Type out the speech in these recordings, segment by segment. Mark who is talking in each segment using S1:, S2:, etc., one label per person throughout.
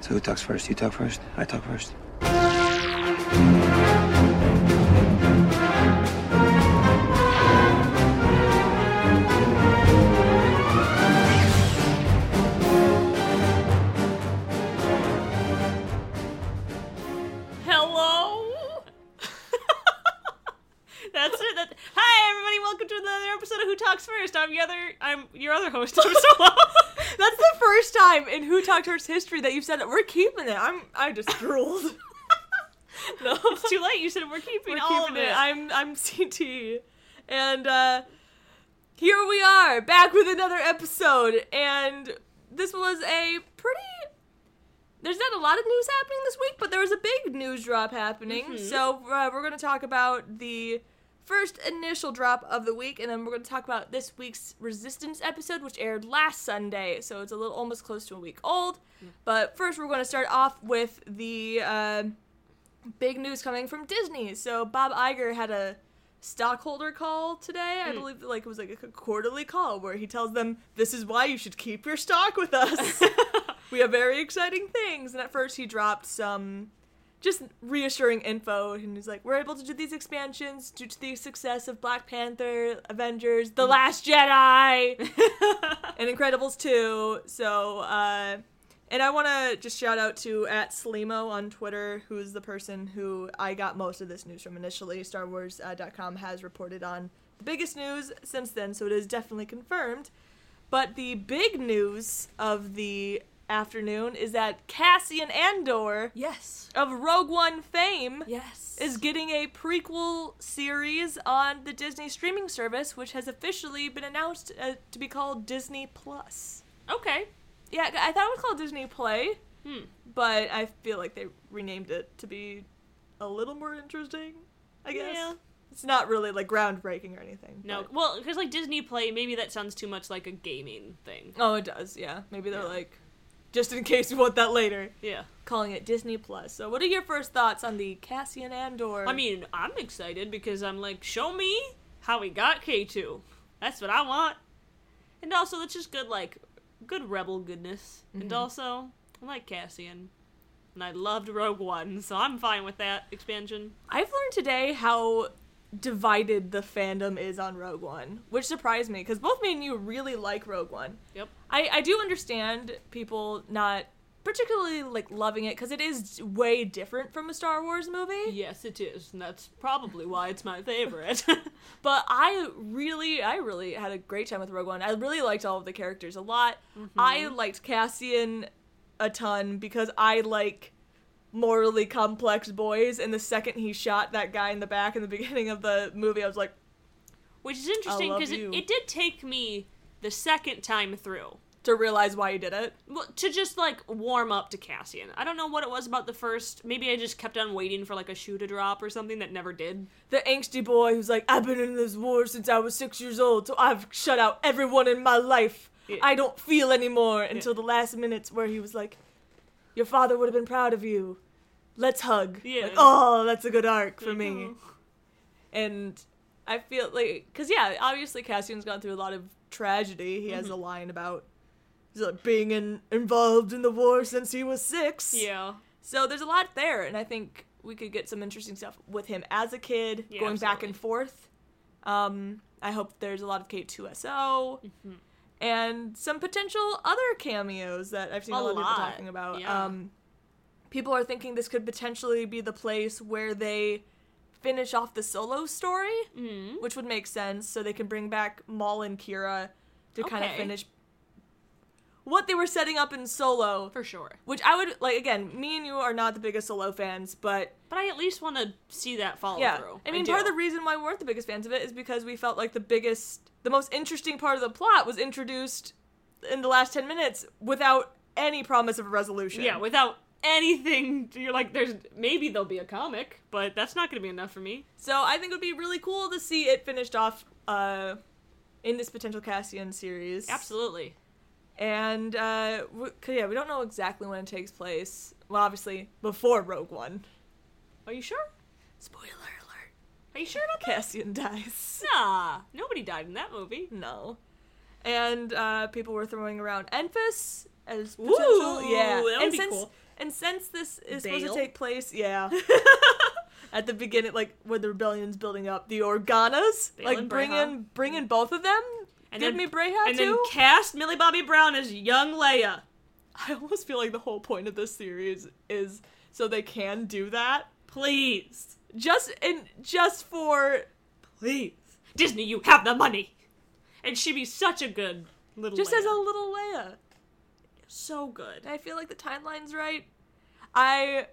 S1: So who talks first? You talk first? I talk first?
S2: Hello. That's it. That, hi, everybody. Welcome to another episode of Who Talks First. I'm the other. I'm your other host. I'm Solo.
S3: That's the first time in Who Talked First history that you've said it. We're keeping it. I'm I just drooled.
S2: no, it's too late. You said we're keeping
S3: We're
S2: all
S3: keeping
S2: of it.
S3: I'm I'm CT, and uh, here we are back with another episode. And this was a pretty. There's not a lot of news happening this week, but there was a big news drop happening. So uh, we're going to talk about the first initial drop of the week, and then we're going to talk about this week's Resistance episode, which aired last Sunday. So it's a little almost close to a week old. But first, we're going to start off with the. Uh, big news coming from Disney. So Bob Iger had a stockholder call today. I believe like it was like a quarterly call where he tells them this is why you should keep your stock with us. we have very exciting things. And at first he dropped some just reassuring info and he's like we're able to do these expansions due to the success of Black Panther, Avengers, The Last Jedi, and Incredibles 2. So uh and I want to just shout out to at Slimo on Twitter, who's the person who I got most of this news from initially. StarWars.com has reported on the biggest news since then, so it is definitely confirmed. But the big news of the afternoon is that Cassian Andor
S2: yes.
S3: of Rogue One fame
S2: Yes.
S3: is getting a prequel series on the Disney streaming service, which has officially been announced uh, to be called Disney Plus.
S2: okay.
S3: Yeah, I thought it was called Disney Play,
S2: Hmm.
S3: but I feel like they renamed it to be a little more interesting. I guess
S2: Yeah.
S3: it's not really like groundbreaking or anything.
S2: No.
S3: but-
S2: Well, because like Disney Play, maybe that sounds too much like a gaming thing.
S3: Oh, it does. Yeah, maybe they're
S2: Yeah.
S3: like, just in case you want that later,
S2: Yeah.
S3: calling it Disney Plus. So, what are your first thoughts on the Cassian Andor?
S2: I mean, I'm excited because I'm like, show me how we got K2. That's what I want. And also, that's just good, like, good rebel goodness.
S3: Mm-hmm.
S2: And also, I like Cassian. And I loved Rogue One, so I'm fine with that expansion.
S3: I've learned today how divided the fandom is on Rogue One, which surprised me because both me and you really like Rogue One.
S2: Yep.
S3: I, I do understand people not particularly like loving it because it is way different from a Star Wars movie.
S2: Yes, it is. And that's probably why it's my favorite.
S3: But I really, I really had a great time with Rogue One. I really liked all of the characters a lot. I liked Cassian a ton because I like morally complex boys. And the second he shot that guy in the back in the beginning of the movie, I was like,
S2: Which is interesting
S3: love
S2: because it,
S3: you.
S2: it did take me the second time through
S3: to realize why he did it.
S2: Well, to just like warm up to Cassian. I don't know what it was about the first. Maybe I just kept on waiting for like a shoe to drop or something that never did.
S3: the angsty boy who's like, I've been in this war since I was six years old, so I've shut out everyone in my life.
S2: Yeah.
S3: I don't feel anymore until the last minutes where he was like, Your father would have been proud of you. Let's hug.
S2: Yeah.
S3: Like, oh, that's a good arc for
S2: Like,
S3: me.
S2: oh.
S3: And I feel like, because yeah, obviously Cassian's gone through a lot of tragedy. He
S2: Mm-hmm.
S3: has a line about he's like, being in, involved in the war since he was six.
S2: Yeah.
S3: So there's a lot there, and I think we could get some interesting stuff with him as a kid,
S2: Yeah,
S3: going back
S2: absolutely.
S3: and forth. Um, I hope there's a lot of K2SO
S2: Mm-hmm.
S3: and some potential other cameos that I've seen a,
S2: A
S3: lot, of people
S2: lot,
S3: talking about.
S2: yeah.
S3: Um, people are thinking this could potentially be the place where they finish off the solo story,
S2: Mm.
S3: which would make sense, so they can bring back Maul and Kira to kind of
S2: Okay.
S3: finish what they were setting up in solo
S2: For sure.
S3: which I would like again. Me and you are not the biggest Solo fans, but
S2: But I at least want to see that follow
S3: yeah.
S2: through.
S3: I mean, part of
S2: do.
S3: the reason why we weren't the biggest fans of it is because we felt like the biggest, the most interesting part of the plot was introduced in the last ten minutes without any promise of a resolution.
S2: Yeah, without anything, you're like, there's maybe there'll be a comic, but that's not going to be enough for me.
S3: So I think it would be really cool to see it finished off uh, in this potential Cassian series.
S2: Absolutely.
S3: And uh, we, 'cause, yeah, we don't know exactly when it takes place. Well, obviously before Rogue One.
S2: Are you sure?
S3: Spoiler alert.
S2: Are you sure about that?
S3: Cassian dies.
S2: Nah, nobody died in that movie.
S3: No. And uh, people were throwing around Enfys as potential.
S2: Ooh,
S3: yeah.
S2: that would
S3: and
S2: be
S3: since
S2: cool.
S3: and since this is supposed
S4: Bale.
S3: to take place, yeah. At the beginning, like when the rebellion's building up, the Organas,
S2: Bale
S3: like
S2: and
S3: bring
S2: Breha.
S3: in bring in both of them.
S2: And
S3: Give
S2: then-
S3: me Breha
S2: and
S3: too.
S2: then cast Millie Bobby Brown as young Leia.
S3: I almost feel like the whole point of this series is so they can do that.
S2: Please.
S3: Just and just for
S2: Please. Disney, you have the money. And she'd be such a good little
S3: just
S2: Leia.
S3: as a little Leia.
S2: so good.
S3: I feel like the timeline's right. I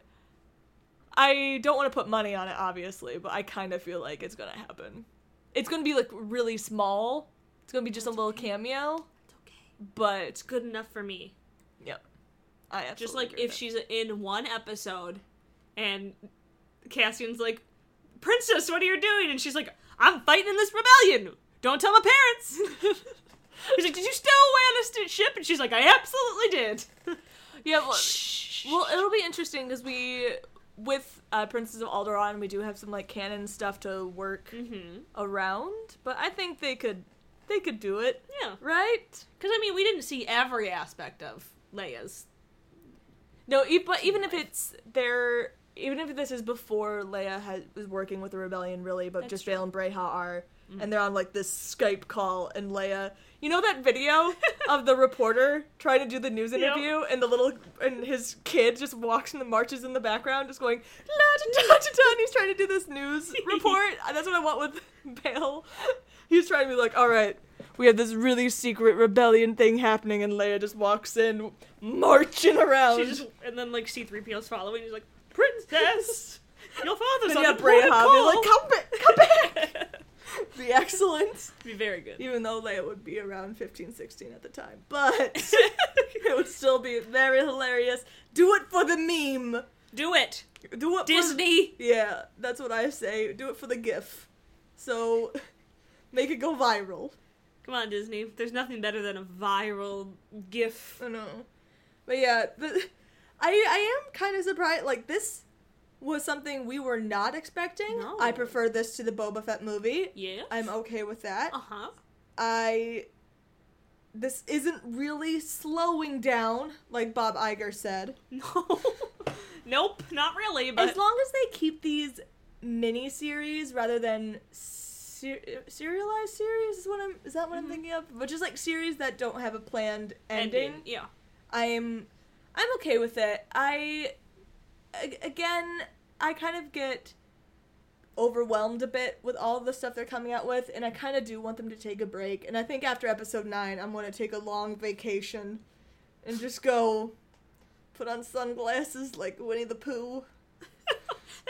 S3: I don't want to put money on it, obviously, but I kind of feel like it's gonna happen. It's gonna be like really small. It's gonna be just a little cameo,
S2: It's okay.
S3: but
S2: It's good enough for me.
S3: yep. I absolutely
S2: Just like
S3: agree
S2: if
S3: with
S2: she's in one episode and Cassian's like, Princess, what are you doing? And she's like, I'm fighting in this rebellion. Don't tell my parents. He's like, Did you stow away on a st- ship? And she's like, I absolutely did.
S3: it. yeah. Well,
S2: Shh.
S3: well, it'll be interesting because we with uh, Princess of Alderaan, we do have some like canon stuff to work
S2: mm-hmm.
S3: around, but I think they could they could do it,
S2: Yeah.
S3: right?
S2: Because, I mean, we didn't see every aspect of Leia's.
S3: No, e- but even if it's their, even if this is before Leia has, was working with the rebellion, really, but
S2: That's Mm-hmm.
S3: just Vale and Breha are, and they're on like this Skype call, and Leia, you know that video of the reporter trying to do the news interview, and the little and his kid just walks and marches in the background, just going la da da da da, and he's trying to do this news report. That's what I want with Vale. He's trying to be like, all right. We have this really secret rebellion thing happening, and Leia just walks in, marching around.
S2: She just and then like C three PO's following. He's like, "Princess, your father's
S3: Then
S2: on
S3: you
S2: the
S3: have Bray
S2: port
S3: Hobbit,
S2: call."
S3: like, come back, come back. the excellence.
S2: It'd be very good.
S3: Even though Leia would be around 15, 16 at the time. But it would still be very hilarious. Do it for the meme.
S2: Do it,
S3: Do it
S2: Disney.
S3: for... Yeah, that's what I say. Do it for the gif. So, make it go viral.
S2: Come on, Disney. There's nothing better than a viral GIF.
S3: I know. But yeah, the, I I am kind of surprised. Like this was something we were not expecting.
S2: No.
S3: I prefer this to the Boba Fett movie.
S2: Yeah.
S3: I'm okay with that.
S2: Uh huh.
S3: I this isn't really slowing down like Bob Iger said.
S2: No. nope. Not really. But
S3: as long as they keep these mini series rather than ser- serialized series is what I'm is that what I'm thinking of? But just like series that don't have a planned ending.
S2: Yeah.
S3: I'm I'm okay with it. I a- again, I kind of get overwhelmed a bit with all the stuff they're coming out with and I kind of do want them to take a break. And I think after episode 9, I'm going to take a long vacation and just go put on sunglasses like Winnie the Pooh.
S2: That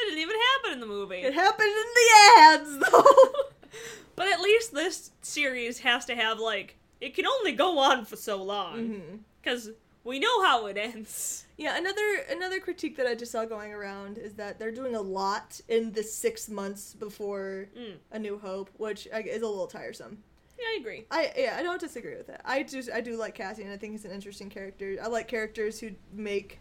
S2: didn't even happen in the
S3: It
S2: movie.
S3: happened in the ads though.
S2: But at least this series has to have like it can only go on for so long
S3: Mhm.
S2: because we know how it ends.
S3: Yeah, another another critique that I just saw going around is that they're doing a lot in the 6 months before
S2: Mm.
S3: A New Hope, which I- is a little tiresome.
S2: Yeah, I agree.
S3: I yeah, I don't disagree with that. I just I do like Cassian. I think he's an interesting character. I like characters who make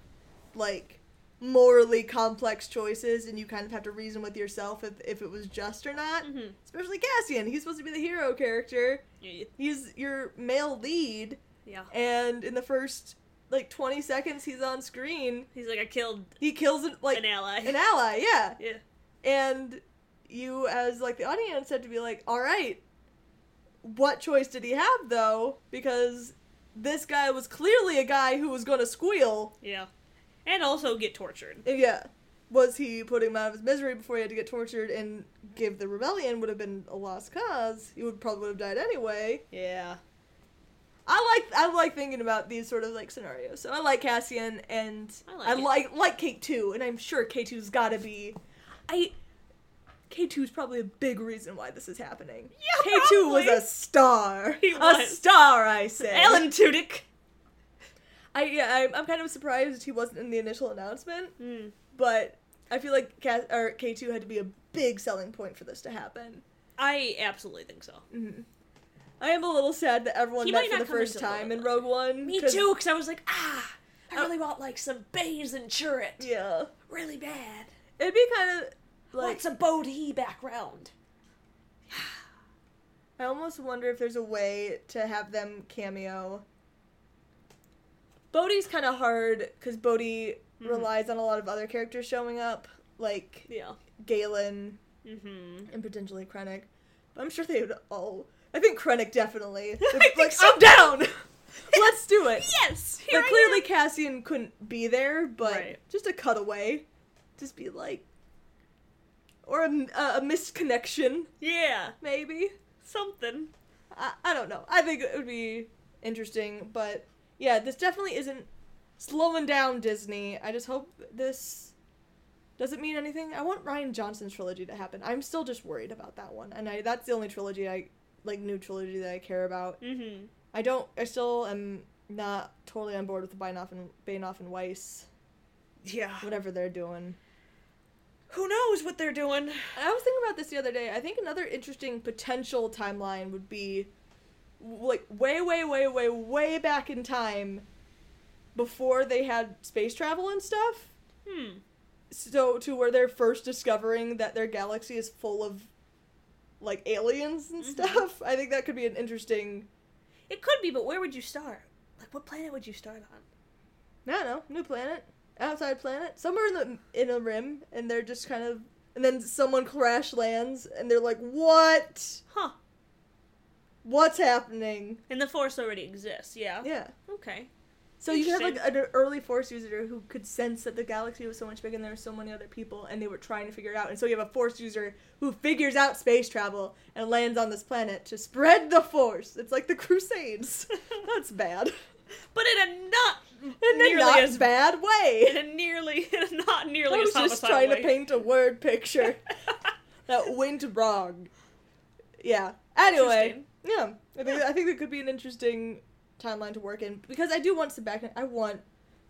S3: like morally complex choices, and you kind of have to reason with yourself if if it was just or not.
S2: Mm-hmm.
S3: Especially Cassian. He's supposed to be the hero character.
S2: Yeah.
S3: He's your male lead,
S2: yeah.
S3: and in the first like 20 seconds he's on screen,
S2: He's like, I killed
S3: he kills like
S2: an ally.
S3: an ally. Yeah,
S2: yeah.
S3: and you as like the audience had to be like all right what choice did he have though because this guy was clearly a guy who was going to squeal
S2: Yeah. And also get tortured.
S3: And yeah was he putting him out of his misery before he had to get tortured and give the rebellion would have been a lost cause he would probably would have died anyway
S2: Yeah.
S3: i like i like thinking about these sort of like scenarios so i like cassian and
S2: I
S3: i like
S2: like
S3: i
S2: it.
S3: like, k2 and i'm sure k2's gotta be i K2 is probably a big reason why this is happening.
S2: Yeah,
S3: K2 was
S2: probably.
S3: a star.
S2: He was.
S3: A star, I say.
S2: Alan Tudyk.
S3: I, yeah, I'm, I'm kind of surprised he wasn't in the initial announcement,
S2: Mm.
S3: but I feel like Cass, or K2 had to be a big selling point for this to happen.
S2: I absolutely think so.
S3: I am a little sad that everyone
S2: He
S3: met
S2: might
S3: for
S2: not
S3: the
S2: come
S3: first
S2: until
S3: time
S2: Rogue
S3: in Rogue One.
S2: Me
S3: 'cause-
S2: too, because I was like, ah, I really want like some bays and churret.
S3: uh, Yeah.
S2: Really bad.
S3: And It'd be kind of like
S2: What's a Bodhi background?
S3: I almost wonder if there's a way to have them cameo. Bodhi's kind of hard because Bodhi
S2: Mm-hmm.
S3: relies on a lot of other characters showing up, like
S2: Yeah.
S3: Galen
S2: Mm-hmm.
S3: and potentially Krennic. But I'm sure they would all. I think Krennic definitely. would
S2: think
S3: like,
S2: so.
S3: I'm down. Let's do it.
S2: Yes. Here
S3: But
S2: I
S3: clearly
S2: am.
S3: Cassian couldn't be there, but
S2: Right.
S3: just a cutaway, just be like, or a, a missed connection
S2: Yeah.
S3: maybe.
S2: Something.
S3: I, I don't know. I think it would be interesting, but yeah, this definitely isn't slowing down Disney. I just hope this doesn't mean anything. I want Ryan Johnson's trilogy to happen. I'm still just worried about that one, and I that's the only trilogy I like new trilogy that I care about.
S2: Mm-hmm.
S3: I don't. I still am not totally on board with the Binoff and Bainoff and Weiss,
S2: Yeah.
S3: whatever they're doing.
S2: Who knows what they're doing?
S3: I was thinking about this the other day. I think another interesting potential timeline would be w- like way, way, way, way, way back in time before they had space travel and stuff.
S2: Hmm.
S3: So, to where they're first discovering that their galaxy is full of like aliens and stuff. I think that could be an interesting,
S2: It could be, but where would you start? Like, what planet would you start on?
S3: I don't know, new planet, outside planet, somewhere in the in a rim, and they're just kind of. And then someone crash lands, and they're like, "What?
S2: Huh.
S3: What's happening?"
S2: And the Force already exists. Yeah.
S3: Yeah.
S2: Okay.
S3: So you could have like
S2: Interesting.
S3: an early force user who could sense that the galaxy was so much bigger and there were so many other people and they were trying to figure it out. And so you have a force user who figures out space travel and lands on this planet to spread the force. It's like the Crusades. That's bad.
S2: But in a not
S3: In a
S2: nearly
S3: not
S2: as
S3: bad
S2: in
S3: way.
S2: a nearly in a not
S3: I
S2: nearly
S3: was
S2: as
S3: just
S2: homicidal
S3: trying
S2: way.
S3: to paint a word picture that went wrong. Yeah. Anyway.
S2: Interesting.
S3: Yeah. I think I think that could be an interesting timeline to work in because I do want Sebastian I want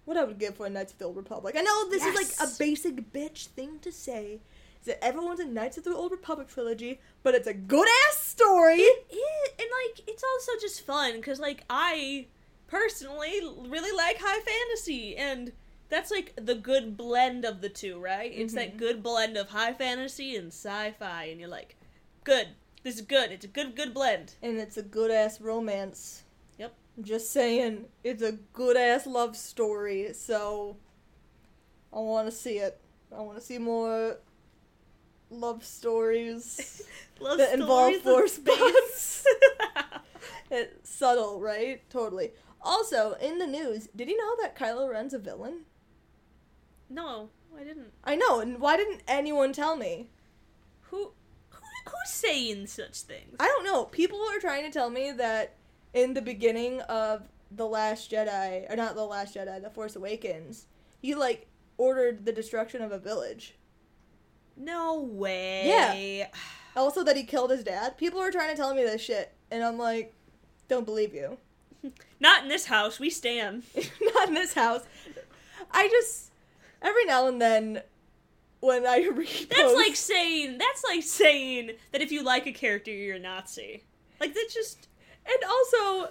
S3: what I would give for a Knights of the Old Republic. I know this is like a
S2: Yes.
S3: basic bitch thing to say. Is that everyone's a Knights of the Old Republic trilogy, but it's a good ass story.
S2: it, and like it's also just fun because like i personally l- really like high fantasy and that's like the good blend of the two right it's that good blend of high fantasy and sci-fi and you're like good this is good it's a good good blend
S3: And it's a good ass romance.
S2: Yep.
S3: I'm just saying, it's a good ass love story, so I wanna see it. I wanna see more love stories.
S2: love
S3: that involve
S2: stories in
S3: force bonds.
S2: space.
S3: It's subtle, right? Totally. Also, in the news, did you know that Kylo Ren's a villain?
S2: no i didn't
S3: I know, and why didn't anyone tell me?
S2: who who who's saying such things
S3: I don't know. People are trying to tell me that in the beginning of The Last Jedi, or not The Last Jedi, The Force Awakens, he, like, ordered the destruction of a village.
S2: no way yeah
S3: Also, that he killed his dad. People are trying to tell me this shit, and I'm like, don't believe you.
S2: not in this house we stand
S3: not in this house. I just every now and then when I read
S2: That's
S3: posts-
S2: like saying that's like saying that if you like a character, you're a Nazi. Like that's just
S3: and also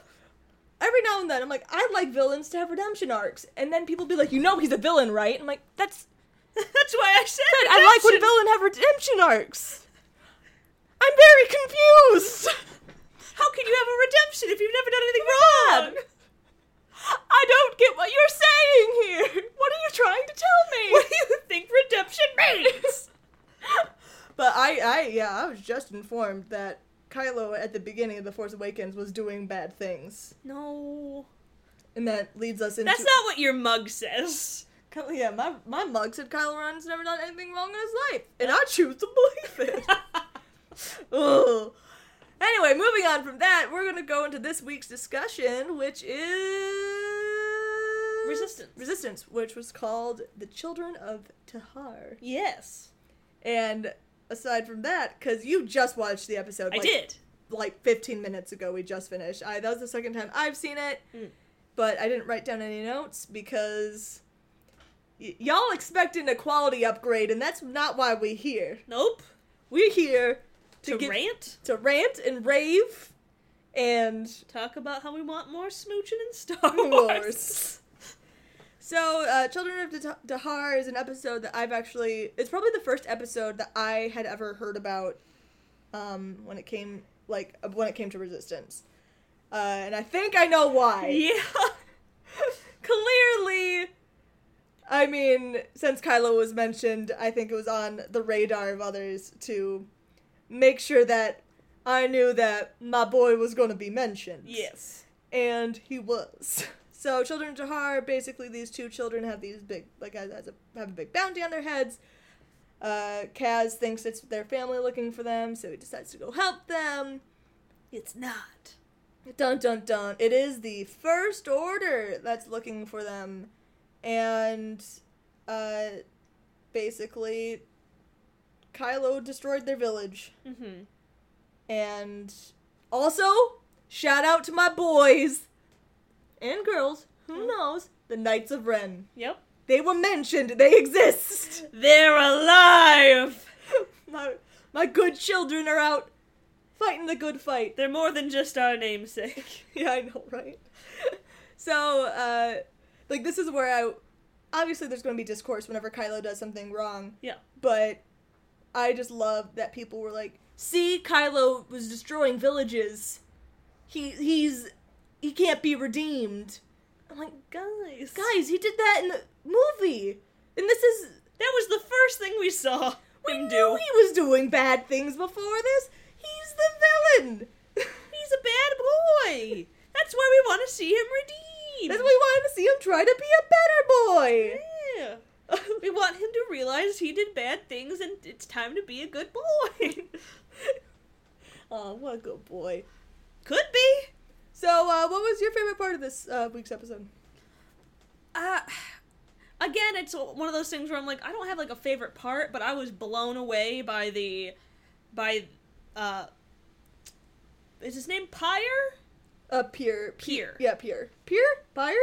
S3: every now and then I'm like I like villains to have redemption arcs, and then people be like, you know, he's a villain, right? I'm like, that's
S2: that's why I said
S3: good. I like when
S2: redemption.
S3: villain have redemption arcs. I'm very confused.
S2: How can you have a redemption if you've never done anything wrong?
S3: I don't get what you're saying here. What are you trying to tell me?
S2: What do you think redemption means?
S3: But I, I, yeah, I was just informed that Kylo at the beginning of The Force Awakens was doing bad things.
S2: No,
S3: And that leads us into.
S2: that's not what your mug says.
S3: Ky- yeah, my, my mug said Kylo Ren's never done anything wrong in his life. And I choose to believe it. Ugh. Anyway, moving on from that, we're going to go into this week's discussion, which is.
S2: Resistance.
S3: Resistance, which was called The Children of Tahar.
S2: yes,
S3: And aside from that, because you just watched the episode.
S2: I
S3: like,
S2: did.
S3: like 15 minutes ago we just finished i that was the second time i've seen it
S2: Mm.
S3: but i didn't write down any notes because y- y'all expecting a quality upgrade and that's not why we're here
S2: Nope.
S3: we're here to,
S2: To,
S3: give-
S2: rant,
S3: to rant and rave and
S2: talk about how we want more smooching in Star Wars.
S3: wars So, uh, Children of Dah- Dahar is an episode that I've actually. It's probably the first episode that I had ever heard about um, when it came like when it came to Resistance, uh, and I think I know why.
S2: Yeah.
S3: Clearly, I mean, since Kylo was mentioned, I think it was on the radar of others to make sure that I knew that my boy was going to be mentioned
S2: Yes.
S3: and he was. So children of Jahar, basically these two children have these big like has, has a, have a big bounty on their heads. Uh, Kaz thinks it's their family looking for them, so he decides to go help them.
S2: It's not.
S3: Dun dun dun! It is the First Order that's looking for them, and uh, basically, Kylo destroyed their village.
S2: Mm-hmm.
S3: And also, shout out to my boys and girls, who knows, the Knights of Ren.
S2: Yep.
S3: They were mentioned, they exist.
S2: They're alive.
S3: my, my good children are out fighting the good fight.
S2: They're more than just our namesake.
S3: yeah, I know, right? so, uh, like, this is where I. Obviously, there's going to be discourse whenever Kylo does something wrong,
S2: Yeah.
S3: but I just love that people were like, "See, Kylo was destroying villages. He he's he can't be redeemed." I'm like,
S2: Guys.
S3: guys, he did that in the movie, and this is
S2: That was the first thing we saw
S3: we
S2: him
S3: knew
S2: do.
S3: he was doing bad things before this. He's the villain.
S2: He's a bad boy. That's why we want to see him redeemed.
S3: That's why we wanted to see him try to be a better boy.
S2: Yeah. we want him to realize he did bad things and it's time to be a good boy.
S3: Oh, what a good boy.
S2: Could be.
S3: So, uh, what was your favorite part of this uh, week's episode?
S2: Uh, again, it's one of those things where I'm like, I don't have like a favorite part, but I was blown away by the, by, uh, is his name Pyre?
S3: Uh, Pier.
S2: Pier.
S3: Yeah, Pier. Pier? Pyre?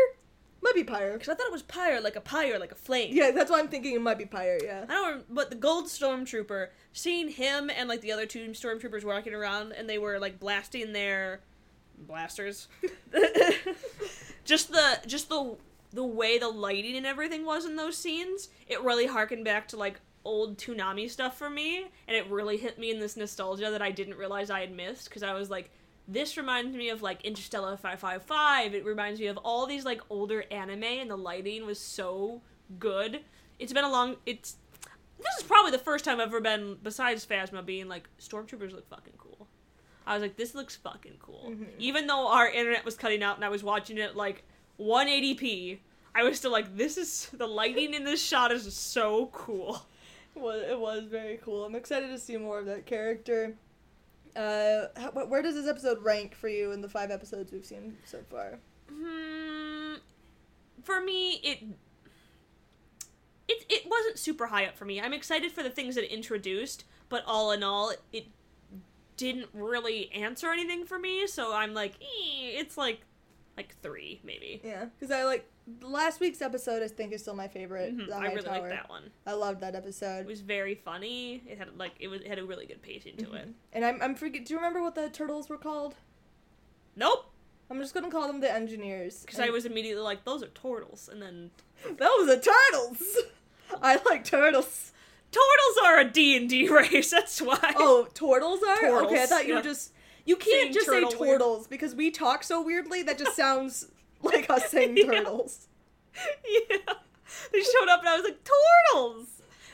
S3: Might be Pyre.
S2: Because I thought it was Pyre, like a pyre, like a flame.
S3: Yeah, that's why I'm thinking it might be Pyre, yeah.
S2: I don't remember, but the gold stormtrooper, seeing him and like the other two stormtroopers walking around and they were like blasting their blasters. just the just the the way the lighting and everything was in those scenes, it really harkened back to like old Toonami stuff for me and it really hit me in this nostalgia that I didn't realize I had missed cuz I was like this reminds me of like Interstellar 555. It reminds me of all these like older anime and the lighting was so good. It's been a long it's this is probably the first time I've ever been besides Phasma being like stormtroopers look fucking cool. I was like, this looks fucking cool. Even though our internet was cutting out and I was watching it like 180p, I was still like, this is the lighting in this shot is so cool.
S3: Well, it was very cool. I'm excited to see more of that character. Uh, how, wh- where does this episode rank for you in the five episodes we've seen so far?
S2: Hmm, for me, it it it wasn't super high up for me. I'm excited for the things that it introduced, but all in all, it didn't really answer anything for me. So I'm like, eh, it's like like three maybe.
S3: Yeah, because I like last week's episode. I think is still my favorite.
S2: Mhm,
S3: The
S2: I
S3: High
S2: really
S3: Tower.
S2: like that one.
S3: I loved that
S2: It
S3: epised.
S2: was very funny. It had like it was it had a really good pacing to it.
S3: And I'm I'm forget. Do you remember what the turtles were called?
S2: Nope,
S3: I'm just gonna call them the engineers.
S2: because I was immediately like, those are turtles, and then
S3: that was the turtles. I like turtles.
S2: turtles are a D and D race. That's why.
S3: Oh, turtles are okay. I
S2: Turtles,
S3: thought you
S2: yeah.
S3: were just. You can't
S2: Saying
S3: just say
S2: turtle weird.
S3: turtles because we talk so weirdly that just sounds like us saying
S2: Yeah.
S3: turtles.
S2: yeah, they showed up, and I was like, turtles.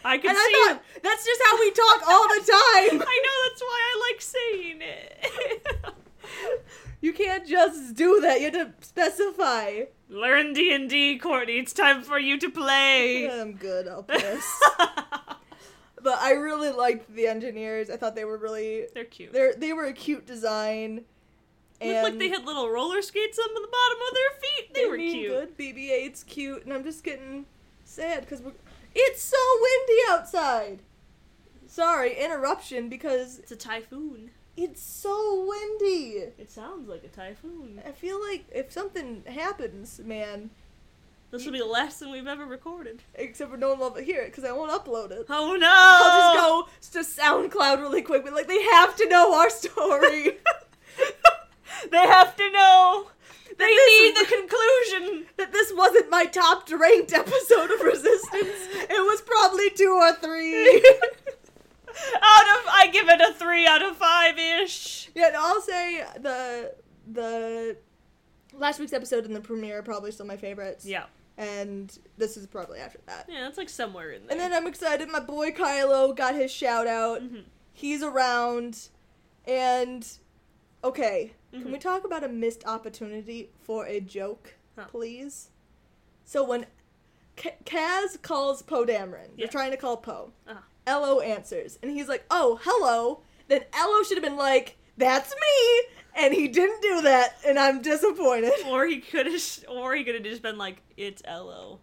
S2: I can
S3: And
S2: see.
S3: I thought that's just how we talk all the
S2: them.
S3: time.
S2: I know that's why I like saying it.
S3: You can't just do that. You have to specify.
S2: Learn D and D, Courtney. It's time for you to play.
S3: I'm good. I'll piss. But I really liked the engineers. I thought they were really
S2: They're cute.
S3: they they were a cute design.
S2: Looked like they had little roller skates on the bottom of their feet. They, were
S3: mean
S2: cute.
S3: Good. BB-8's cute, and I'm just getting sad because we're. It's so windy outside. Sorry, interruption because
S2: It's a typhoon.
S3: it's so windy.
S2: It sounds like a typhoon.
S3: I feel like if something happens, man,
S2: This will be less than we've ever recorded.
S3: except for no one will ever hear it because I won't upload it.
S2: Oh no!
S3: I'll just
S2: Oh.
S3: go to SoundCloud really quick. But like, they have to know our story.
S2: they have to know. They
S3: this
S2: need
S3: is-
S2: the conclusion.
S3: that this wasn't my top ranked episode of Resistance. It was probably two or three.
S2: Out of I give it a three out of five ish.
S3: yeah, and I'll say the the last week's episode and the premiere are probably still my favorites.
S2: Yeah,
S3: And this is probably after that.
S2: yeah, it's like somewhere in there.
S3: And then I'm excited. My boy Kylo got his shout out.
S2: Mhm.
S3: He's around. And okay,
S2: Mhm.
S3: can we talk about a missed opportunity for a joke,
S2: Huh.
S3: please? So when K- Kaz calls Poe Dameron,
S2: Yeah.
S3: they're trying to call Poe.
S2: Uh-huh.
S3: Ello answers, and he's like, "Oh, hello." Then Ello should have been like, "That's me," and he didn't do that, and I'm disappointed.
S2: or he could have, or he could have just been like, "It's Lo."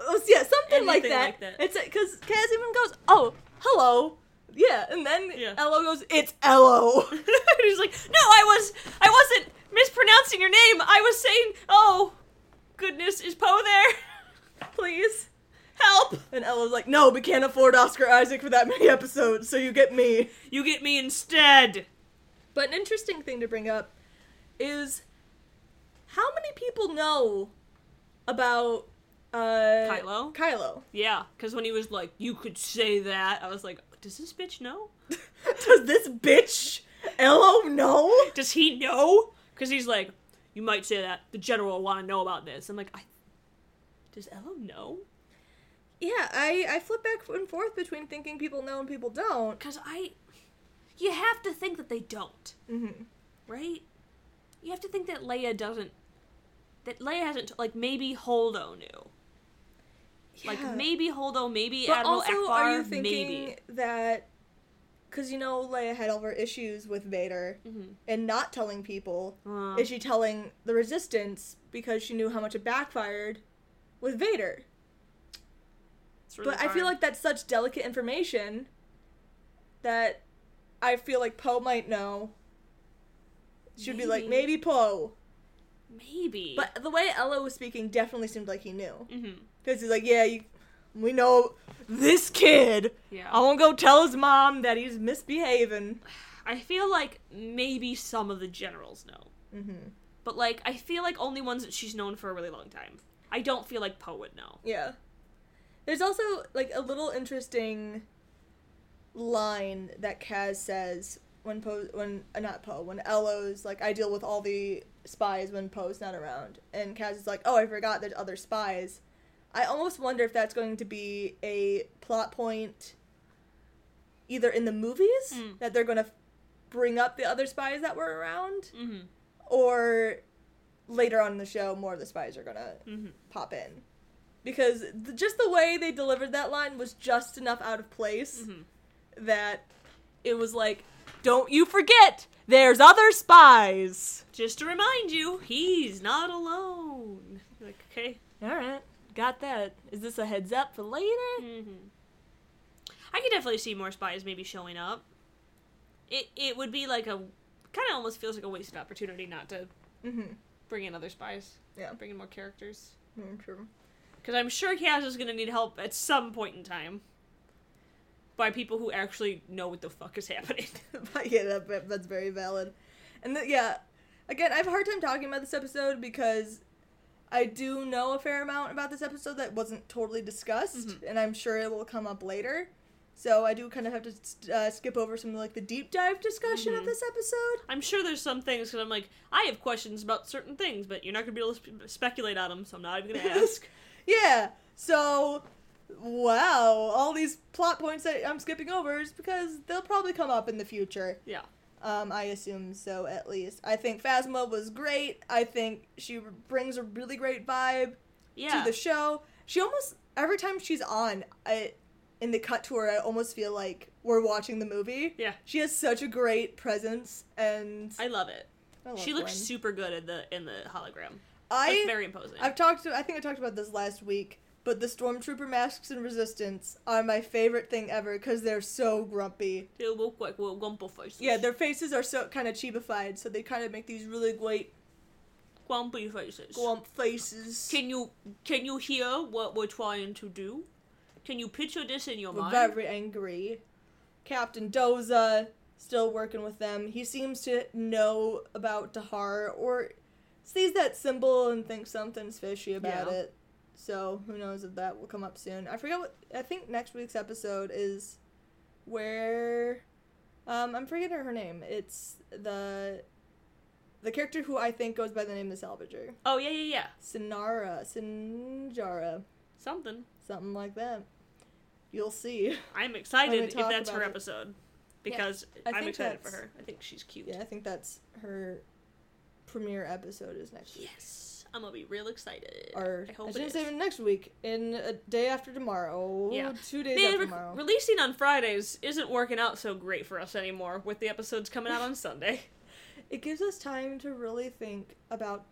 S3: Oh, yeah, something like
S2: Anything
S3: that.
S2: like that.
S3: It's because Kaz even goes, "Oh, hello." Yeah, and then
S2: Yeah.
S3: Ello goes, "It's Ello."
S2: He's like, "No, I was, I wasn't mispronouncing your name. I was saying, oh, goodness, is Poe there?
S3: Please.
S2: Help!
S3: And Ello's like, "No, we can't afford Oscar Isaac for that many episodes, so you get me."
S2: You get me instead."
S3: But an interesting thing to bring up is how many people know about uh,
S2: Kylo?
S3: Kylo.
S2: Yeah, because when he was like, "You could say that," I was like, "Does this bitch know?
S3: Does this bitch Ello know?
S2: Does he know?" Because he's like, "You might say that. The general will want to know about this." I'm like, I, "Does Lo know?"
S3: Yeah, I I flip back and forth between thinking people know and people don't.
S2: Because I, you have to think that they don't.
S3: Mm-hmm.
S2: right? You have to think that Leia doesn't. That Leia hasn't like maybe Holdo knew, like maybe Holdo, maybe
S3: But
S2: Admiral
S3: also,
S2: Akbar,
S3: are you thinking
S2: maybe.
S3: that? Because you know Leia had all her issues with Vader
S2: Mm-hmm.
S3: and not telling people.
S2: Uh,
S3: Is she telling the Resistance because she knew how much it backfired with Vader?
S2: it's really
S3: But I feel
S2: hard.
S3: like that's such delicate information that I feel like Poe might know. She'd be like,
S2: Maybe.
S3: maybe Poe.
S2: maybe,
S3: But the way Ella was speaking definitely seemed like he knew.
S2: Mhm.
S3: Because he's like, yeah, you, we know this kid.
S2: yeah,
S3: I won't go tell his mom that he's misbehaving.
S2: I feel like maybe some of the generals know,
S3: Mhm.
S2: but like I feel like only ones that she's known for a really long time. I don't feel like Poe would know.
S3: Yeah. There's also like a little interesting line that Kaz says when Poe when uh, not Poe when Ello's like I deal with all the spies when Poe's not around and Kaz is like oh I forgot there's other spies. I almost wonder if that's going to be a plot point either in the movies
S2: Mm.
S3: that they're going to bring up the other spies that were around
S2: Mm-hmm.
S3: or later on in the show more of the spies are going to
S2: Mhm.
S3: pop in because the, just the way they delivered that line was just enough out of place
S2: Mhm.
S3: that it was like don't you forget there's other spies
S2: Just to remind you, he's not alone. Like okay,
S3: all right got that is this a heads up for later
S2: Mm-hmm. I could definitely see more spies maybe showing up. It it would be like a kind of almost feels like a wasted opportunity not to
S3: mm-hmm
S2: bring in other spies,
S3: yeah
S2: bring in more characters.
S3: mm, true
S2: Because I'm sure Kaz is gonna need help at some point in time by people who actually know what the fuck is happening.
S3: but yeah that, that- that's very valid and the, yeah again i have a hard time talking about this episode because i do know a fair amount about this episode that wasn't totally discussed and i'm sure it will come up later so i do kind of have to s- uh, skip over some like the deep dive discussion of this episode
S2: I'm sure there's some things because I'm like I have questions about certain things, but you're not gonna be able to sp- speculate on them, so I'm not even gonna ask.
S3: yeah so wow all these plot points that i'm skipping over is because they'll probably come up in the future
S2: yeah.
S3: Um, I assume so, at least. I think Phasma was great. I think she brings a really great vibe
S2: Yeah.
S3: to the show. She almost every time she's on, I in the cut to her, I almost feel like we're watching the movie.
S2: yeah.
S3: She has such a great presence, and
S2: I love it.
S3: I love
S2: She looks
S3: Oh, Gwen.
S2: super good in the in the hologram. It's
S3: I
S2: very imposing.
S3: I've talked to. I think I talked about this last week. But the stormtrooper masks and resistance are my favorite thing ever because they're so grumpy.
S2: They look like little gumpy faces.
S3: Yeah, their faces are so kind of cheapified, so they kind of make these really great
S2: gumpy faces.
S3: glump faces.
S2: Can you can you hear what we're trying to do? Can you picture this in your
S3: were
S2: mind?
S3: very angry. Captain Doza still working with them. He seems to know about Dahar or sees that symbol and thinks something's fishy about
S2: Yeah.
S3: it. So who knows if that will come up soon. I forget what I think next week's episode is where um I'm forgetting her name. It's the the character who I think goes by the name of Salvager.
S2: Oh yeah, yeah, yeah.
S3: Sinara, Sinjara,
S2: Something.
S3: something like that. You'll see. When
S2: I'm
S3: we
S2: excited if
S3: talk
S2: that's her
S3: about it.
S2: episode because
S3: I
S2: I'm
S3: think
S2: excited for
S3: that's-
S2: her. I think she's cute.
S3: Yeah, I think that's her premiere episode is next week.
S2: Yes, I'm gonna be real excited.
S3: Or
S2: I hope
S3: I
S2: it
S3: shouldn't
S2: is.
S3: say next week. In a day after tomorrow.
S2: Yeah.
S3: Two days
S2: Man,
S3: after
S2: re-
S3: tomorrow.
S2: releasing on Fridays isn't working out so great for us anymore with the episodes coming out on Sunday.
S3: it gives us time to really think about.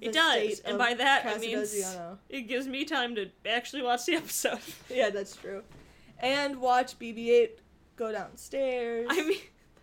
S2: It does, and by that, I mean-
S3: Cassiodeiano.
S2: It gives me time to actually watch the episode.
S3: Yeah, that's true. And watch BB-8 go downstairs.
S2: I mean,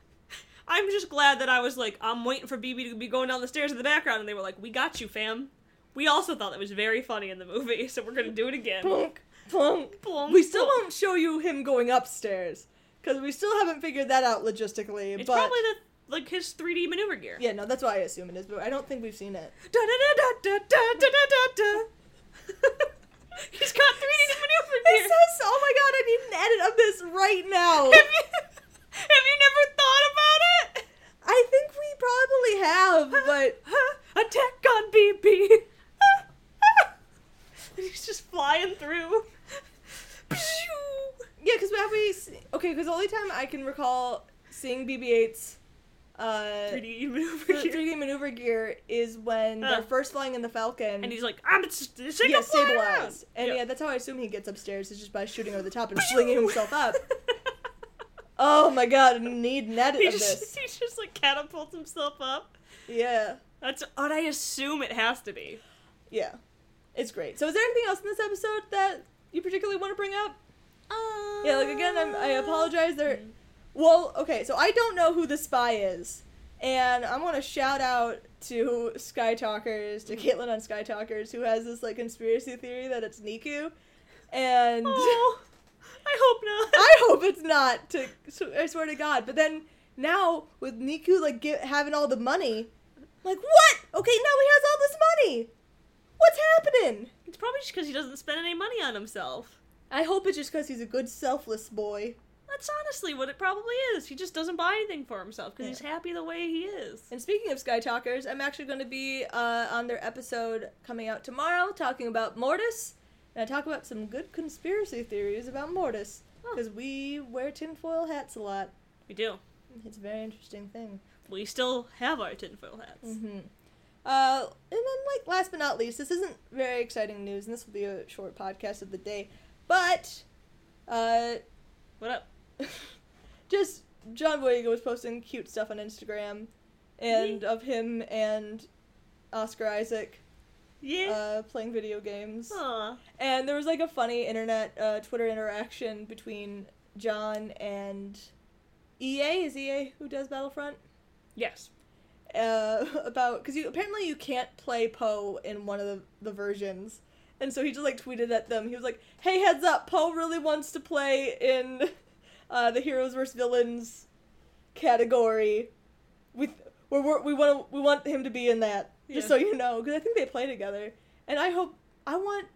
S2: I'm just glad that I was like, I'm waiting for BB to be going down the stairs in the background, and they were like, "We got you, fam." We also thought that was very funny in the movie, so we're gonna do it again.
S3: plunk, plunk.
S2: Plunk,
S3: We still
S2: plunk.
S3: won't show you him going upstairs because we still haven't figured that out logistically.
S2: It's
S3: but
S2: probably the like his 3D maneuver gear.
S3: yeah, no, that's what I assume it is, but I don't think we've seen it.
S2: Da, da, da, da, da, da, da, da, da. He's got 3D maneuver
S3: It
S2: gear.
S3: says, "Oh my god, I need an edit of this right now."
S2: have, you, have you never thought about it?
S3: I think we probably have, but
S2: Attack on BB. He's just flying through.
S3: yeah, because have we? se- Okay, because the only time I can recall seeing BB-8's uh,
S2: 3D
S3: the
S2: maneuver gear.
S3: 3D maneuver gear is when
S2: Huh.
S3: they're first flying in the Falcon.
S2: And he's like, I'm s- sick
S3: yeah,
S2: of flying around."
S3: stabilized. And yeah.
S2: Yeah.
S3: that's how I assume he gets upstairs is just by shooting over the top and flinging himself up. Oh my god, I need an edit
S2: he
S3: of
S2: just
S3: this.
S2: he just like catapults himself up.
S3: Yeah,
S2: That's what I assume it has to be.
S3: yeah, it's great. So, is there anything else in this episode that you particularly want to bring up? Yeah, like again, I'm, I apologize. There, well, okay, so I don't know who the spy is, and I'm gonna shout out to Sky Talkers, to Caitlin on Sky Talkers, who has this like conspiracy theory that it's Niku, and
S2: Oh, I hope not.
S3: I hope it's not. To I swear to God, but then now with Niku like get, having all the money, like what? Okay, now he has all this money. What's happening?
S2: It's probably just because he doesn't spend any money on himself.
S3: I hope it's just because he's a good, selfless boy.
S2: That's honestly what it probably is. He just doesn't buy anything for himself because he's happy the way he is.
S3: And speaking of Sky Talkers, I'm actually going to be uh, on their episode coming out tomorrow talking about Mortis. And I talk about some good conspiracy theories about Mortis.
S2: Oh.
S3: Because we wear tinfoil hats a lot.
S2: We do.
S3: It's a very interesting thing.
S2: We still have our tinfoil hats.
S3: hmm Uh, and then, like, last but not least, this isn't very exciting news, and this will be a short podcast of the day. But, uh,
S2: What up?
S3: just John Boyega was posting cute stuff on Instagram and of him and Oscar Isaac.
S2: Yeah.
S3: uh, playing video games.
S2: Aw.
S3: And there was like a funny internet uh, Twitter interaction between John and EA. Is EA who does Battlefront?
S2: Yes.
S3: Uh, about because you apparently you can't play Poe in one of the, the versions. And so he just like tweeted at them. He was like, "Hey, heads up! Poe really wants to play in uh, the heroes versus villains category. With we're, we're, we want we want him to be in that. Just
S2: Yeah.
S3: so you know, because I think they play together. And I hope I want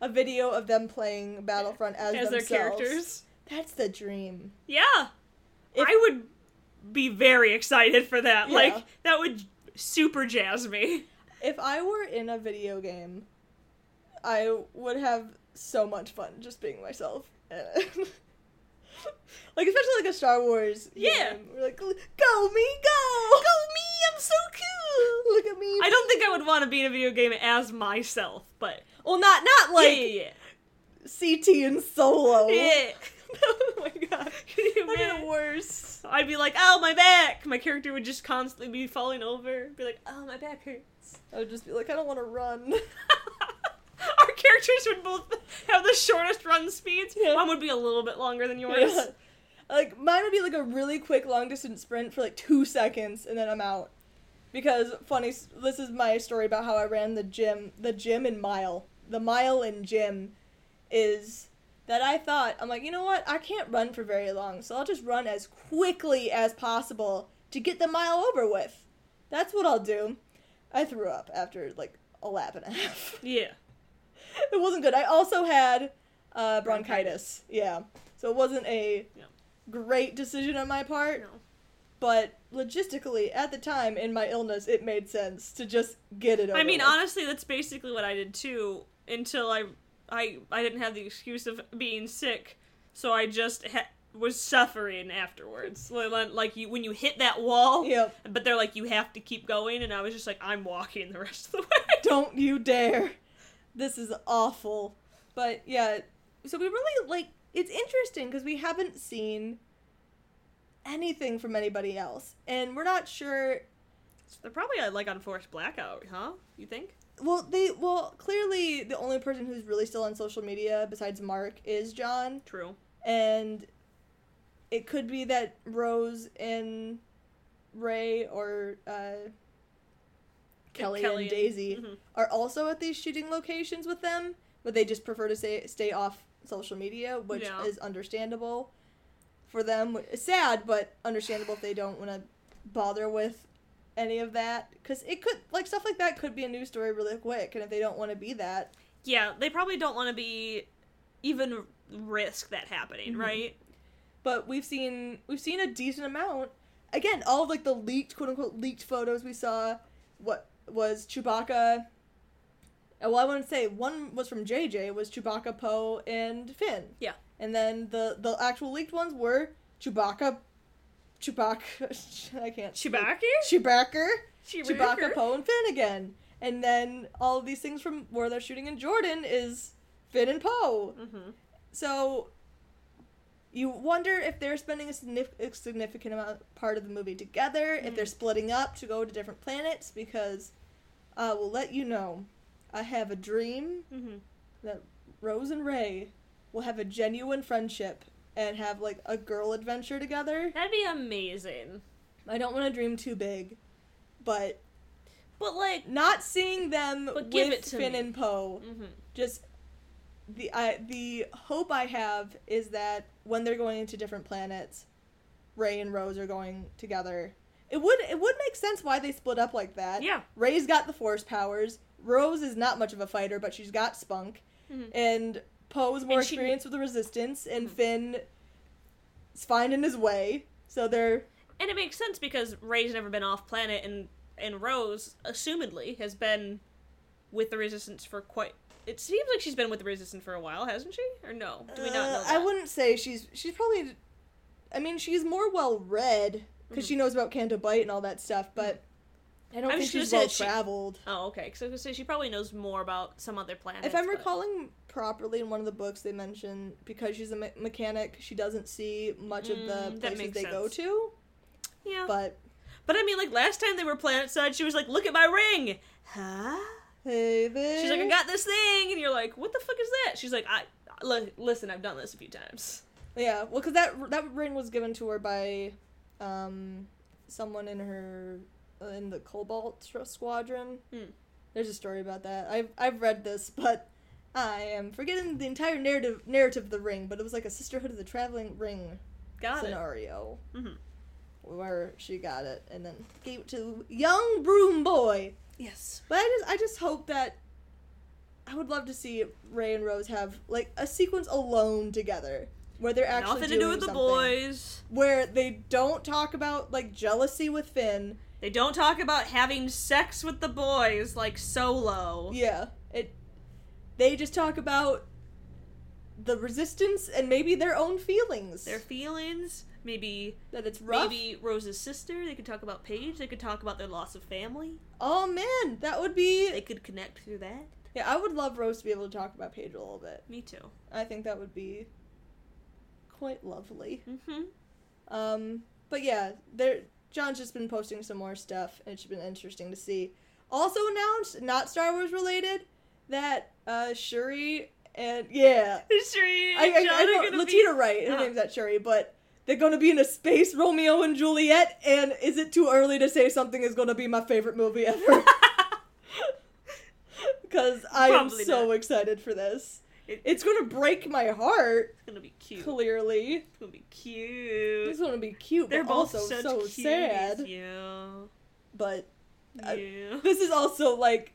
S3: a video of them playing Battlefront as,
S2: As their
S3: themselves.
S2: characters.
S3: That's the dream.
S2: Yeah.
S3: If-
S2: I would be very excited for that.
S3: Yeah.
S2: Like, that would super jazz me.
S3: If I were in a video game, I would have so much fun just being myself. like especially like a Star Wars.
S2: Yeah.
S3: game. We're like, go me, go, go me. I'm so cool. Look at me.
S2: I don't think I would want to be in a video game as myself, but.
S3: Well, not not like
S2: yeah,
S3: CT and Solo.
S2: yeah, yeah. yeah.
S3: oh my god.
S2: Can
S3: That'd
S2: you
S3: be
S2: imagine?
S3: the worst.
S2: I'd be like, oh, my back! My character would just constantly be falling over. Be like, oh, my back hurts.
S3: I would just be like, I don't want to run.
S2: Our characters would both have the shortest run speeds.
S3: Yeah.
S2: Mine would be a little bit longer than yours.
S3: Like mine would be like a really quick long distance sprint for like two seconds and then I'm out. Because funny, s- this is my story about how I ran the gym, the gym and mile. The mile and gym is that I thought I'm like, you know what? I can't run for very long, so I'll just run as quickly as possible to get the mile over with. That's what I'll do. I threw up after like a lap and a half.
S2: Yeah.
S3: it wasn't good. I also had uh, bronchitis. Yeah, so it wasn't a
S2: Yeah.
S3: great decision on my part.
S2: No.
S3: But logistically, at the time in my illness, it made sense to just get it over.
S2: I mean,
S3: with.
S2: honestly, that's basically what I did too. Until I, I, I didn't have the excuse of being sick, so I just ha- was suffering afterwards. Like like you, when you hit that wall.
S3: Yep.
S2: But they're like, you have to keep going, and I was just like, I'm walking the rest of the way.
S3: Don't you dare. This is awful. But yeah, so we really like it's interesting because we haven't seen anything from anybody else and we're not sure
S2: They're probably uh, like on forced blackout, huh? You think?
S3: well they well clearly the only person who's really still on social media besides Mark is John
S2: True.
S3: and it could be that Rose and Ray or uh Kelly,
S2: Kelly
S3: and
S2: and-
S3: Daisy
S2: mhm.
S3: are also at these shooting locations with them, but they just prefer to stay stay off social media, which
S2: Yeah.
S3: is understandable for them. It's sad, but understandable if they don't want to bother with any of that because it could like stuff like that could be a news story really quick, and if they don't want to be that,
S2: Yeah, they probably don't want to be, even risk that happening, right?
S3: but we've seen we've seen a decent amount. Again, all of like the leaked quote unquote leaked photos we saw, what was Chewbacca. uh, Well, I wouldn't say one was from JJ was Chewbacca, Poe, and Finn,
S2: Yeah.
S3: and then the the actual leaked ones were Chewbacca, Chewbacca. I can't. speak.
S2: Chewbacca.
S3: Chewbacca,
S2: Chewbacca.
S3: Chewbacca, Poe, and Finn again, and then all of these things from where they're shooting in Jordan is Finn and Poe.
S2: Mhm.
S3: So you wonder if they're spending a, signif- a significant amount part of the movie together,
S2: Mm.
S3: if they're splitting up to go to different planets, because I will let you know. I have a dream
S2: Mhm.
S3: that Rose and Ray will have a genuine friendship and have like a girl adventure together.
S2: That'd be amazing.
S3: I don't want to dream too big, but
S2: But like,
S3: not seeing them
S2: But give it
S3: with
S2: to
S3: Finn
S2: me.
S3: and Poe,
S2: hmm
S3: just the I, the hope I have is that when they're going to different planets, Ray and Rose are going together. It would it would make sense why they split up like that.
S2: Yeah.
S3: Ray's got the Force powers. Rose is not much of a fighter, but she's got spunk,
S2: Mhm.
S3: and Poe's more
S2: And she- Mm-hmm.
S3: experienced with the Resistance, and Finn is finding his way. So they're
S2: and it makes sense because Ray's never been off planet, and and Rose, assumedly, has been with the Resistance for quite. It seems like she's been with the Resistance for a while, hasn't she? Or no? Do we not know?
S3: Uh,
S2: That?
S3: I wouldn't say she's she's probably. I mean, she's more well read because
S2: Mm.
S3: she knows about Canto Bite and all that stuff, but I don't
S2: I was
S3: think
S2: just gonna
S3: she's
S2: say
S3: well
S2: that she-
S3: traveled.
S2: Oh, okay. Because I was gonna say she probably knows more about some other planets.
S3: If I'm
S2: but-
S3: recalling properly, in one of the books they mention because she's a me- mechanic, she doesn't see much of
S2: Mm,
S3: the
S2: that
S3: places
S2: makes
S3: they go
S2: sense.
S3: to.
S2: yeah. But,
S3: But
S2: I mean, like last time they were planet side, she was like, "Look at my ring." Huh?
S3: hey there,
S2: She's like, "I got this thing," and you're like, "What the fuck is that?" She's like, "I li- listen. I've done this a few times."
S3: yeah, well, because that that ring was given to her by, um, someone in her in the Cobalt Str- Squadron.
S2: Hmm.
S3: There's a story about that. I've I've read this, but I am forgetting the entire narrative narrative of the ring. But it was like a Sisterhood of the Traveling Ring
S2: Got it.
S3: scenario
S2: Mhm.
S3: where she got it and then gave it to young broom boy.
S2: Yes.
S3: But I just I just hope that I would love to see Ray and Rose have like a sequence alone together where they're actually
S2: Nothing to do with the
S3: boy
S2: boys.
S3: where they don't talk about like jealousy with Finn.
S2: They don't talk about having sex with the boys like solo.
S3: Yeah, it. They just talk about the resistance and maybe their own feelings.
S2: Their feelings, maybe
S3: that it's rough.
S2: maybe Rose's sister, they could talk about Paige, they could talk about their loss of family.
S3: Oh man, that would be.
S2: They could connect through that.
S3: yeah, I would love Rose to be able to talk about Paige a little bit.
S2: Me too.
S3: I think that would be quite lovely.
S2: Mhm.
S3: Um, but yeah, there. John's just been posting some more stuff, and it's been interesting to see. Also announced, not Star Wars related, that uh, Shuri and yeah,
S2: History.
S3: I, I, I know Latina Wright. Her
S2: Huh.
S3: name's not Sherry, but they're going to be in a space Romeo and Juliet. And is it too early to say something is going to be my favorite movie ever? Because I am
S2: Probably
S3: so
S2: not.
S3: excited for this.
S2: It-
S3: It's going to break my heart.
S2: It's gonna be cute.
S3: Clearly,
S2: It's gonna be cute.
S3: it's going to be cute,
S2: They're
S3: but
S2: both
S3: also
S2: such
S3: so
S2: cuties,
S3: sad.
S2: Yeah.
S3: But Uh,
S2: yeah.
S3: this is also like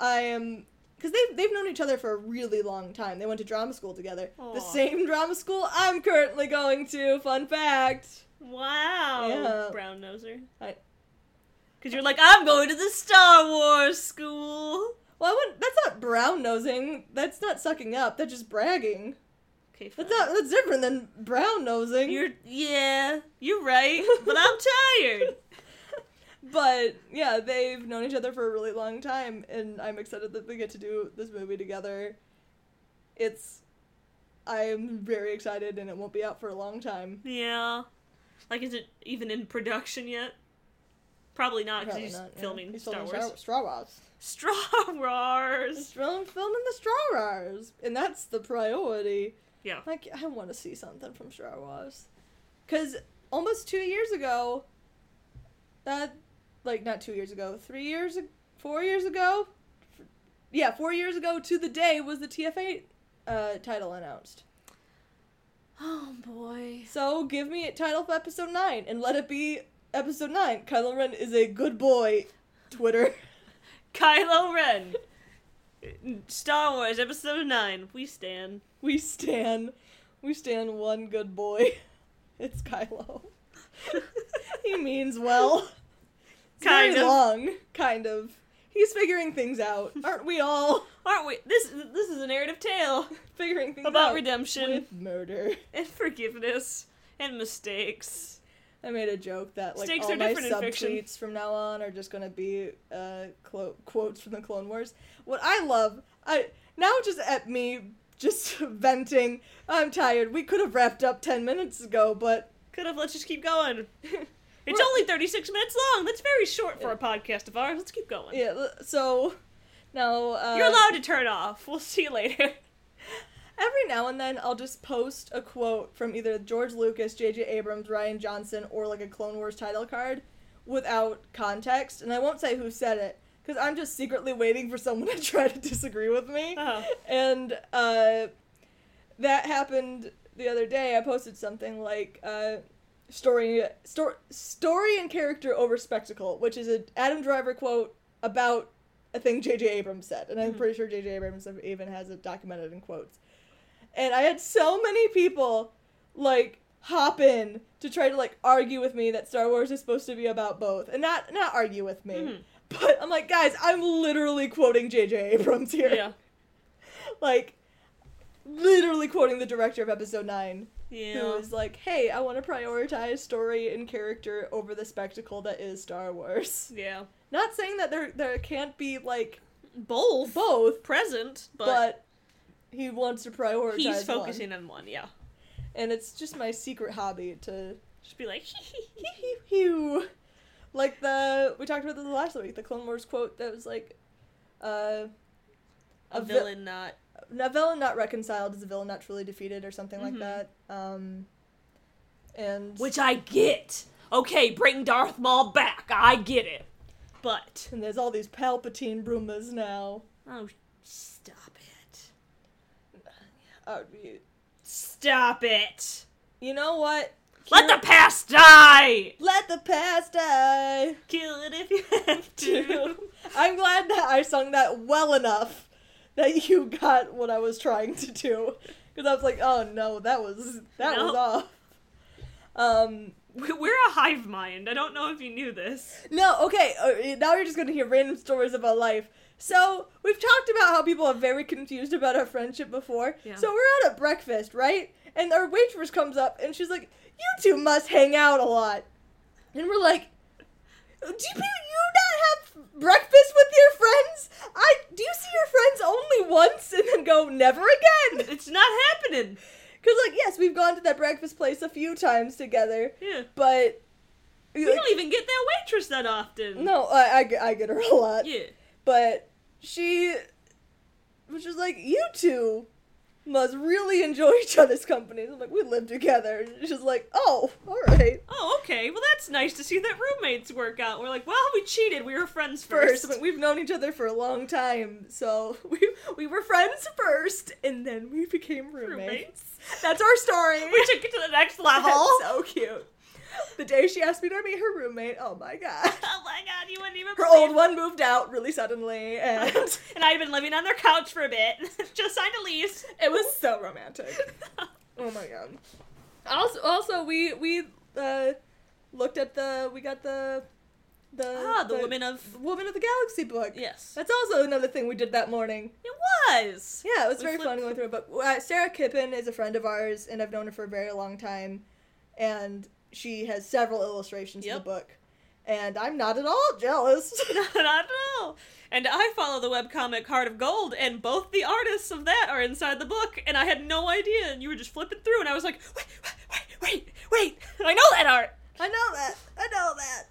S3: I am because they've they've known each other for a really long time. They went to drama school together. The
S2: Aw.
S3: same drama school I'm currently going to. Fun fact.
S2: Wow.
S3: Yeah.
S2: Brown noser.
S3: I-
S2: Because you're like, I'm going to the Star Wars school.
S3: Well, I wouldn't, that's not brown nosing. That's not sucking up. That's just bragging.
S2: Okay, fine.
S3: That's not, that's different than brown nosing.
S2: You're yeah, you're right, but I'm tired.
S3: But yeah, they've known each other for a really long time, and I'm excited that they get to do this movie together. It's, I'm very excited, and it won't be out for a long time.
S2: yeah, like is it even in production yet? Probably not because
S3: Probably
S2: he's
S3: not, yeah.
S2: filming
S3: He's
S2: Star
S3: filming
S2: Wars.
S3: Star Wars.
S2: Star
S3: He's
S2: Wars.
S3: film, filming the Star Wars, and that's the priority.
S2: Yeah.
S3: Like, I want to see something from Star Wars. Because almost two years ago, that, like, not two years ago, three years, ag- four years ago? F- Yeah, four years ago to the day was the TFA uh, title announced.
S2: Oh boy.
S3: So give me a title for episode 9 and let it be episode 9. Kylo Ren is a good boy. Twitter.
S2: Kylo Ren. Star Wars Episode Nine. We stand.
S3: We stand. We stand one good boy. It's Kylo. he means well. It's
S2: Kind
S3: very
S2: of.
S3: long, kind of. He's figuring things out, aren't we all?
S2: Aren't we? This this is a narrative tale
S3: figuring things
S2: about
S3: out
S2: redemption
S3: with murder.
S2: and forgiveness and mistakes.
S3: I made a joke that like
S2: Stakes
S3: all
S2: are
S3: my
S2: different in fiction.
S3: subtweets from now on are just gonna be uh clo- quotes from the Clone Wars. What I love, I now just at me just venting. I'm tired. We could have wrapped up ten minutes ago, but
S2: Could have. Let's just keep going. It's
S3: We're-
S2: only 36 minutes long. That's very short for a podcast of ours. Let's keep going.
S3: yeah. l- So now uh,
S2: You're allowed to turn off. We'll see you later.
S3: Every now and then, I'll just post a quote from either George Lucas, J.J. Abrams, Ryan Johnson, or like a Clone Wars title card without context, and I won't say who said it because I'm just secretly waiting for someone to try to disagree with me.
S2: Uh-huh.
S3: And uh, that happened the other day. I posted something like uh, story, stor- story and character over spectacle, which is an Adam Driver quote about a thing J.J. Abrams said, and I'm pretty sure J.J. Abrams even has it documented in quotes. And I had so many people like hop in to try to like argue with me that Star Wars is supposed to be about both, and not not argue with me,
S2: Mhm.
S3: but I'm like, guys, I'm literally quoting J.J. Abrams here,
S2: Yeah.
S3: like literally quoting the director of Episode Nine who
S2: Yeah.
S3: was like, "Hey, I want to prioritize story and character over the spectacle that is Star Wars."
S2: Yeah.
S3: Not saying that there there can't be like
S2: Both.
S3: both,
S2: Present, but,
S3: but, he wants to prioritize.
S2: he's
S3: one.
S2: focusing on one. Yeah.
S3: and it's just my secret hobby to
S2: Just be like,
S3: hew, like the we talked about this last week, the Clone Wars quote that was like, uh,
S2: a
S3: vi-
S2: villain not.
S3: a villain not reconciled is a villain not truly defeated or something
S2: Mhm.
S3: like that. Um, and
S2: Which I get. Okay, bring Darth Maul back. I get it. But.
S3: and there's all these Palpatine rumors now.
S2: Oh, stop it.
S3: Uh, you-
S2: Stop it.
S3: You know what?
S2: Let
S3: Kill-
S2: the past die!
S3: let the past die.
S2: Kill it if you have to.
S3: I'm glad that I sung that well enough that you got what I was trying to do because I was like, oh no, that was that was
S2: No.
S3: off. Um,
S2: We- We're a hive mind. I don't know if you knew this.
S3: no, okay. Uh, now you're just gonna hear random stories about life. So we've talked about how people are very confused about our friendship before.
S2: Yeah.
S3: So we're out at breakfast, right? And our waitress comes up and she's like, "You two must hang out a lot." And we're like, "Do you, you not have breakfast with your friends? I do you see your friends only once and then go never again?"
S2: It's not happening.
S3: Because like, yes, we've gone to that breakfast place a few times together,
S2: Yeah.
S3: but
S2: We don't even get that waitress that often.
S3: no, I, I get- I get her a lot.
S2: Yeah.
S3: but she was just like, "You two must really enjoy each other's company." I'm like, "We live together." And She's like, "Oh, all right."
S2: Oh, okay. Well, that's nice to see that roommates work out. We're like, well, we cheated. We were friends
S3: First,
S2: first.
S3: I'm like, we've known each other for a long time, so we we were friends first, and then we became roommates.
S2: roommates.
S3: That's our story.
S2: We took it to the next level.
S3: That's so cute. the day she asked me to meet her roommate, oh my god.
S2: Oh my god, you wouldn't even
S3: Her
S2: believe
S3: old one moved out really suddenly, and
S2: and I'd been living on their couch for a bit. Just signed a lease.
S3: it was so romantic. Oh my god. Also, also we we uh, looked at the we got the the
S2: Ah, the woman of
S3: woman of the galaxy book.
S2: yes,
S3: That's also another thing we did that morning.
S2: it was.
S3: Yeah, it was
S2: We
S3: very
S2: flipped-
S3: fun going through a book. Uh, Sarah Kippen is a friend of ours, and I've known her for a very long time, and she has several illustrations in
S2: Yep.
S3: the book, and I'm not at all jealous.
S2: Not at all. And I follow the webcomic Heart of Gold, and both the artists of that are inside the book, and I had no idea, and you were just flipping through, and I was like, wait, wait, wait, wait, wait. I know that art.
S3: I know that. I know that.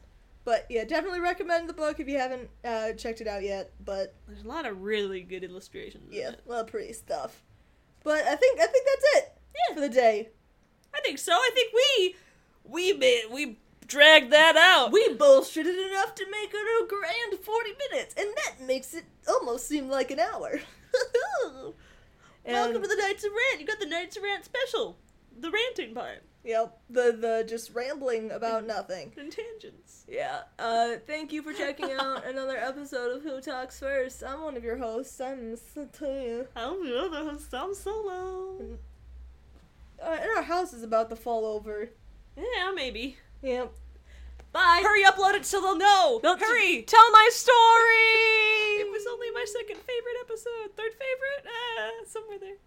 S3: But yeah, definitely recommend the book if you haven't uh, checked it out yet. But
S2: There's a lot of really good illustrations.
S3: yeah,
S2: In it.
S3: a lot of pretty stuff. But I think I think that's it
S2: Yeah.
S3: for the day.
S2: I think so. I think we, we made, we dragged that out.
S3: We bullshitted enough to make it a grand forty minutes, and that makes it almost seem like an hour. And-
S2: Welcome to the Knights of Rant. You got the Knights of Rant special, the ranting part,
S3: Yep, the the just rambling about nothing.
S2: and tangents.
S3: Yeah. Uh, thank you for checking out another episode of Who Talks First. I'm one of your hosts. I'm Satoya.
S2: I'm the other host. I'm solo.
S3: Uh, and our house is about to fall over.
S2: Yeah, maybe.
S3: Yep.
S5: Bye.
S2: Hurry, upload it so they'll know.
S5: No, t-
S2: Hurry.
S5: Tell my story.
S2: It was only my second favorite episode. Third favorite? Uh, somewhere there.